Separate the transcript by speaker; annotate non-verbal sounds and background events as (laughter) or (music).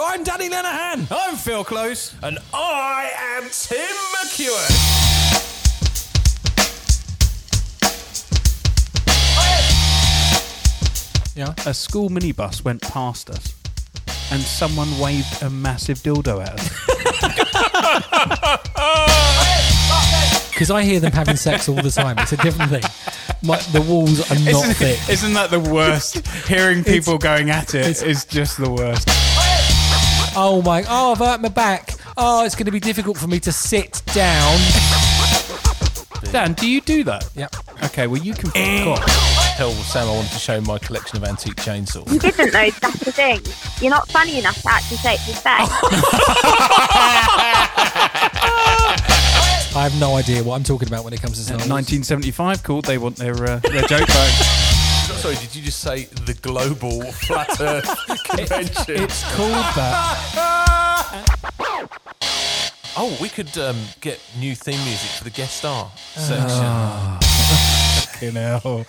Speaker 1: I'm Danny Lenahan.
Speaker 2: I'm Phil Close.
Speaker 1: And I am Tim McEwen.
Speaker 2: Yeah. A school minibus went past us, and someone waved a massive dildo at us.
Speaker 3: Because I hear them having sex all the time. It's a different thing. My, the walls are not
Speaker 2: (laughs)
Speaker 3: thick.
Speaker 2: (laughs) isn't that the worst? Hearing people going at it is just the worst.
Speaker 3: Oh my! Oh, I've hurt my back. Oh, it's going to be difficult for me to sit down.
Speaker 2: Dan, do you do that?
Speaker 3: Yep.
Speaker 2: Okay, well, you can fuck off.
Speaker 4: Tell Sam I wanted to show him my collection of antique chainsaws. (laughs)
Speaker 5: You didn't though, that's the thing. You're not funny enough to actually say it's his face.
Speaker 3: I have no idea what I'm talking about when it comes to
Speaker 2: Eh.
Speaker 3: Star Wars.
Speaker 2: 1975 called, they want their, uh, their joke (laughs) back.
Speaker 4: Sorry, did you just say the global (laughs) flat earth convention?
Speaker 3: It's called that.
Speaker 4: Oh, we could um, Ah. get new theme music for the guest star section.
Speaker 2: You know,